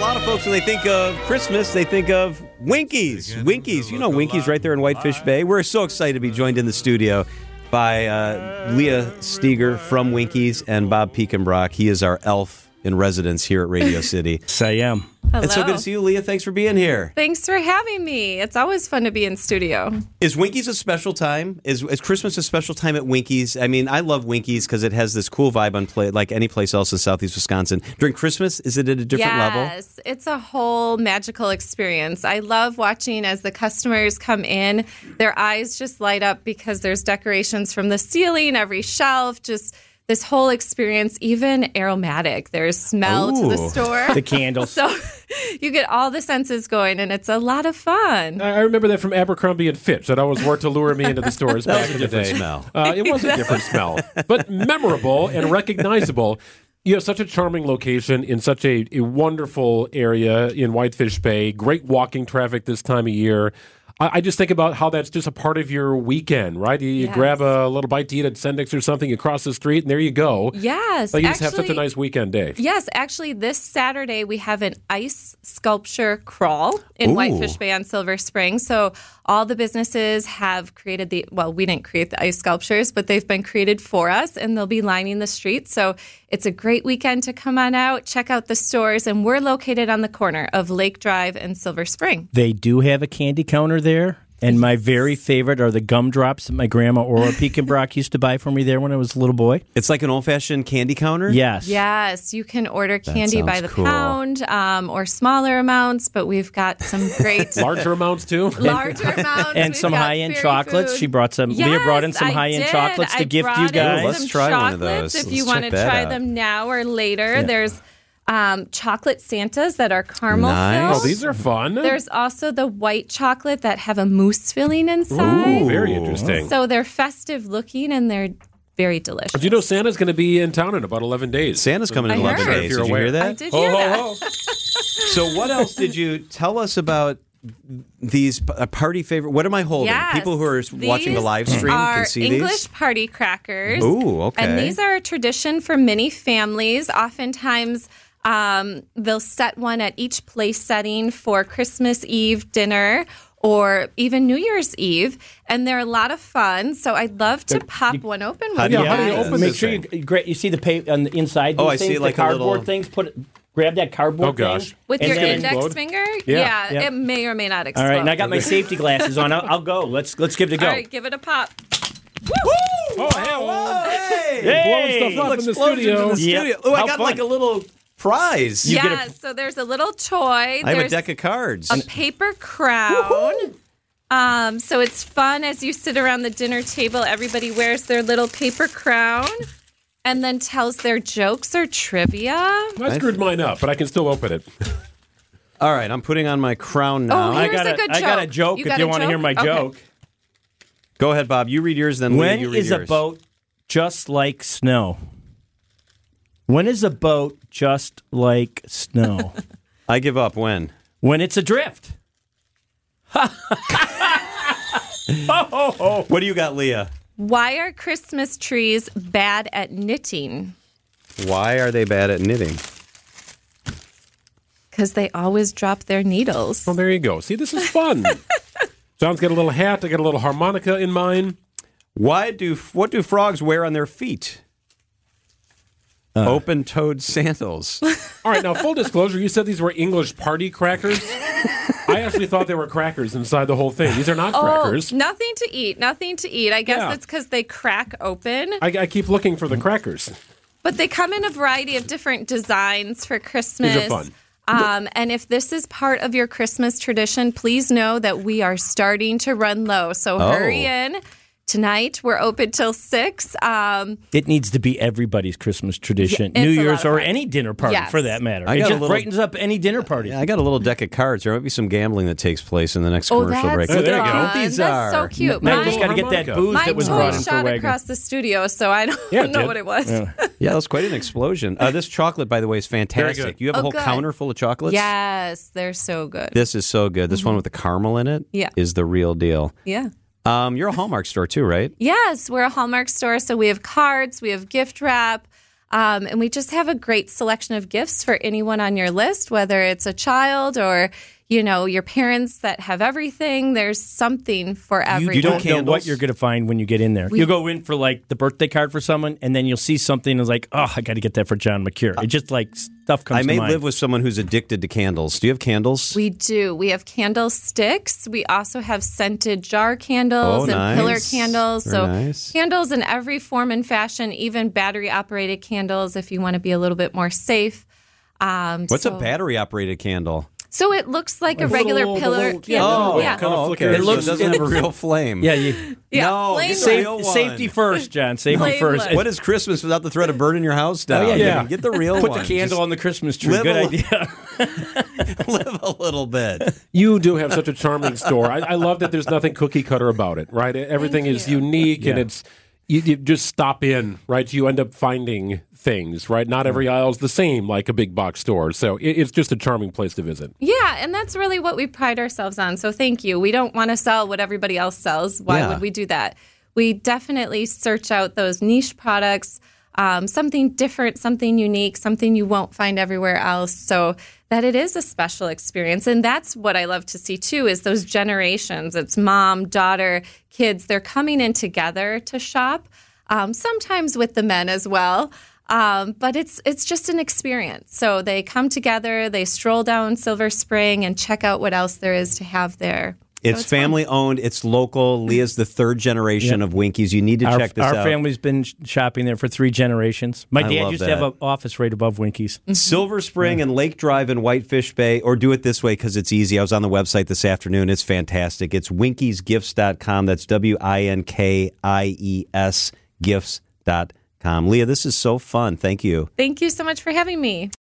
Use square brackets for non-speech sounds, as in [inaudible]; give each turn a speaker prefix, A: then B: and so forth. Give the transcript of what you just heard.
A: lot of folks, when they think of Christmas, they think of Winkies. Winkies. You know Winkies right there in Whitefish Bay. We're so excited to be joined in the studio by uh, Leah Steger from Winkies and Bob Pekenbrock. He is our elf in residence here at Radio City.
B: Yes, I am.
A: Hello. It's so good to see you, Leah. Thanks for being here.
C: Thanks for having me. It's always fun to be in studio.
A: Is Winkies a special time? Is, is Christmas a special time at Winkies? I mean, I love Winkies because it has this cool vibe on play, like any place else in Southeast Wisconsin. During Christmas, is it at a different level?
C: Yes, it's a whole magical experience. I love watching as the customers come in, their eyes just light up because there's decorations from the ceiling, every shelf, just this whole experience, even aromatic. There's smell to the
A: Ooh.
C: store.
B: The candles.
C: [laughs] So you get all the senses going, and it's a lot of fun.
D: I I remember that from Abercrombie and Fitch. That always worked to lure
A: [laughs]
D: me into the stores back in the
A: different
D: day.
A: smell.
D: Uh, it was
A: [laughs]
D: a different smell, but memorable and recognizable. You have such a charming location in such a, a wonderful area in Whitefish Bay. Great walking traffic this time of year. I, I just think about how that's just a part of your weekend, right? You, you
C: Yes.
D: grab a little bite to eat at Sendix or something, you cross the street, and there you go.
C: Yes.
D: Like you just have such a
C: actually-
D: nice weekend day.
C: Yes, actually, this Saturday we have an ice sculpture crawl in
A: Ooh.
C: Whitefish Bay on Silver Spring. So all the businesses have created the well, we didn't create the ice sculptures, but they've been created for us, and they'll be lining the streets. So it's a great weekend to come on out, check out the stores, and we're located on the corner of Lake Drive and Silver Spring.
B: They do have a candy counter there. And my very favorite are the gumdrops that my grandma
C: [laughs]
B: Aura Pekenbrock used to buy for me there when I was a little boy.
A: It's like an old fashioned candy counter?
B: Yes.
C: Yes, you can order candy by
A: sounds
C: the
A: cool.
C: pound um, or smaller amounts, but we've got some
B: [laughs]
C: great.
D: Larger
C: [laughs]
D: amounts, too.
C: Larger amounts
B: And
C: We've
B: some
C: got
B: high end
C: fairy
B: chocolates.
C: food.
B: She brought some. Leah brought in
C: Yes,
B: some
C: I
B: high end
C: did.
B: choocholates
C: I
B: to gift you
C: brought in
B: guys.
A: Let's
C: some
A: try one of
C: chocolates
A: those.
C: If
A: Let's
C: you want to
A: check that
C: try
A: out.
C: them now or later, there's um, chocolate Santas that are caramel
A: Nice.
D: Oh,
C: filled.
D: these are fun.
C: there's also the white chocolate that have a mousse filling inside.
D: Ooh, very interesting.
C: So they're festive looking and they're very delicious.
D: Do you know Santa's going to be in town in about 11 days?
A: Santa's coming in
C: I heard.
A: 11
C: Sure if
A: days.
D: you're
A: Did you
D: aware.
A: hear that?
C: I did
D: Ho,
C: hear
D: ho,
C: that.
D: ho.
A: So what else did you tell us about these p- uh, party favorite? What am I holding?
C: Yes.
A: People who are s- watching the
C: These
A: live stream
C: are
A: can see
C: English
A: these.
C: party crackers.
A: Ooh, okay.
C: And these are a tradition for many families. Oftentimes, um, they'll set one at each place setting for Christmas Eve dinner or even New Year's Eve, and they're a lot of fun. So I'd love to pop one open with
A: do
D: Yeah,
C: you
D: how do you
C: guys.
D: open this
B: Make sure
D: thing?
B: you gra- you see the pa- on the inside.
A: Oh,
B: these
A: I see,
B: things,
A: like, a
B: the cardboard
A: little-
B: things. Put it- grab that cardboard.
D: Oh, gosh.
B: thing,
C: With
B: and
C: your
B: then-
C: index
D: explode?
C: finger?
D: Yeah.
B: Yep.
C: it may or may not explode.
B: All right, and I got my safety glasses on. I'll, I'll go. Let's let's give it a go.
C: All right, give it a pop.
D: Oh, hell.
B: Hey!
D: Blowing stuff up in the
A: Explosions
D: studio.
A: in the
B: Yep.
A: studio. Oh, I
B: How
A: got
B: fun.
A: like a little prize.
B: You get a-
C: yeah, so there's a little toy.
A: I have a
C: There's-
A: deck of cards.
C: a paper crown. Um, so it's fun as you sit around the dinner table. Everybody wears their little paper crown and then tells their jokes or trivia.
D: I screwed mine up, but I can still open it.
A: All right, I'm putting on my crown now.
C: Oh,
B: I
C: here- Here's
B: got
C: a good
B: I got a
C: joke.
B: joke
C: You
B: if
C: got
B: you
C: a
B: want to hear
C: joke?
B: my
C: Okay.
B: joke.
A: Go ahead, Bob. You read yours, then Leah,
B: When
A: you read
B: is a
A: yours.
B: boat just like snow? When is a boat just like [laughs] snow?
A: I give up. When?
B: when it's adrift.
A: What do you got, Leah?
C: Why are Christmas trees bad at knitting?
A: Why are they bad at knitting?
C: Because they always drop their needles.
D: Well, there you go. See, this is
A: [laughs]
D: fun. John's got a little hat. I got a little harmonica in mine.
A: Why do what do frogs wear on their feet?
B: Uh.
A: Open-toed
C: [laughs]
A: sandals.
D: All right, now, full disclosure, you said these were English
C: [laughs]
D: party crackers. I actually thought they were crackers inside the whole thing. These are not crackers.
C: Oh, nothing to eat, nothing to eat. I guess
D: Yeah.
C: it's because they crack open.
D: I, I keep looking for the crackers.
C: But they come in a variety of different designs for Christmas.
D: fun.
C: Um, and if this is part of your Christmas tradition, please know that we are starting to run low. So hurry
A: Oh.
C: in. Tonight we're open till six. Um,
B: It needs to be everybody's Christmas tradition,
C: Yeah, it's
B: New
C: a lot
B: Year's,
C: of
B: or
C: fun.
B: any dinner party
C: Yes.
B: for that matter.
A: I
B: it
A: got a
B: just
A: little-
B: brightens up any dinner party.
A: I got a little deck of cards. There might be some gambling that takes place in the next
C: oh,
A: commercial
C: that's
A: break.
D: Oh, there you go.
C: fun.
A: These
C: That's so
A: are-
C: cute.
B: Now you just
C: My,
B: got to get that
D: harmonica.
B: booze
C: my
B: that was
C: toy
B: brought in for
C: shot
B: Wagner.
C: across the studio, so I don't
D: Yeah,
C: [laughs]
D: it
C: know
D: did.
C: what it was.
A: Yeah, that was quite an explosion. Uh, this chocolate, by the way, is
D: Very
A: fantastic.
D: good.
A: You have a
C: Oh,
A: whole
C: good.
A: counter full of chocolates.
C: Yes, they're so good.
A: This is so good. This one with the caramel in it
C: Mm-hmm. Yeah.
A: is the real deal.
C: yeah.
A: Um, you're a Hallmark store too, right?
C: Yes, we're a Hallmark store, so we have cards, we have gift wrap. Um, and we just have a great selection of gifts for anyone on your list, whether it's a child or you know your parents that have everything. There's something for everyone.
B: You don't know what
A: Candles?
B: you're going to find when you get in there. You'll go in for like the birthday card for someone, and then you'll see something and it's like, oh, I got to get that for John McCure. It just like stuff comes
A: I
B: to
A: may
B: mind.
A: live with someone who's addicted to candles. Do you have candles?
C: We do. We have candle sticks. We also have scented jar candles
A: Oh,
C: and
A: nice.
C: pillar candles.
A: Very
C: so
A: nice.
C: candles in every form and fashion, even battery operated candles if you want to be a little bit more safe. Um,
A: What's
C: so-
A: a battery operated candle?
C: So it looks like, a regular
D: little-
C: pillar
D: little- yeah,
C: candle.
A: Oh,
D: little-
C: Oh, yeah.
D: kind of flickers.
A: It looks
D: It
A: doesn't have a real flame.
B: yeah, you,
C: Yeah,
A: No,
C: flame
A: it's
C: lit.
A: [laughs] real one.
B: safety first, John. Safety
C: Flame
B: first.
C: light.
A: What is Christmas without the threat of burning your house down?
B: yeah,
A: I mean,
D: yeah.
A: Get the real
B: Put
A: one.
B: the candle on the Christmas tree.
A: live
B: Good
A: a- [laughs]
B: idea.
A: Just live a little bit.
D: You do have such a charming store. I, I love that there's nothing cookie cutter about it, right? Everything
C: Thank
D: is
C: you.
D: unique and it's. You, you just stop in, right? You end up finding things, right? Not every aisle's the same, like a big box store. So it, it's just a charming place to visit.
C: Yeah, and that's really what we pride ourselves on. So thank you. We don't want to sell what everybody else sells. Why
A: Yeah.
C: would we do that? We definitely search out those niche products, um, something different, something unique, something you won't find everywhere else. So that it is a special experience, and that's what I love to see too. Is those generations? It's mom, daughter, kids. They're coming in together to shop. Um, sometimes with the men as well. Um, but it's it's just an experience. So they come together, they stroll down Silver Spring and check out what else there is to have there.
A: It's, family owned. It's local. Leah's the third generation of Winkies. You need to
B: Our,
A: check this
B: our
A: out.
B: family's been sh- shopping there for three generations.
A: I
B: My dad
A: love
B: used
A: that.
B: to have an office right above Winkies.
A: Silver Spring and Lake Drive in Whitefish Bay, or do it this way because it's easy. I was on the website this afternoon. It's fantastic. It's winkiesgifts.com. That's W I N K I E S gifts.com. Leah, this is so fun. Thank you.
C: Thank you so much for having me.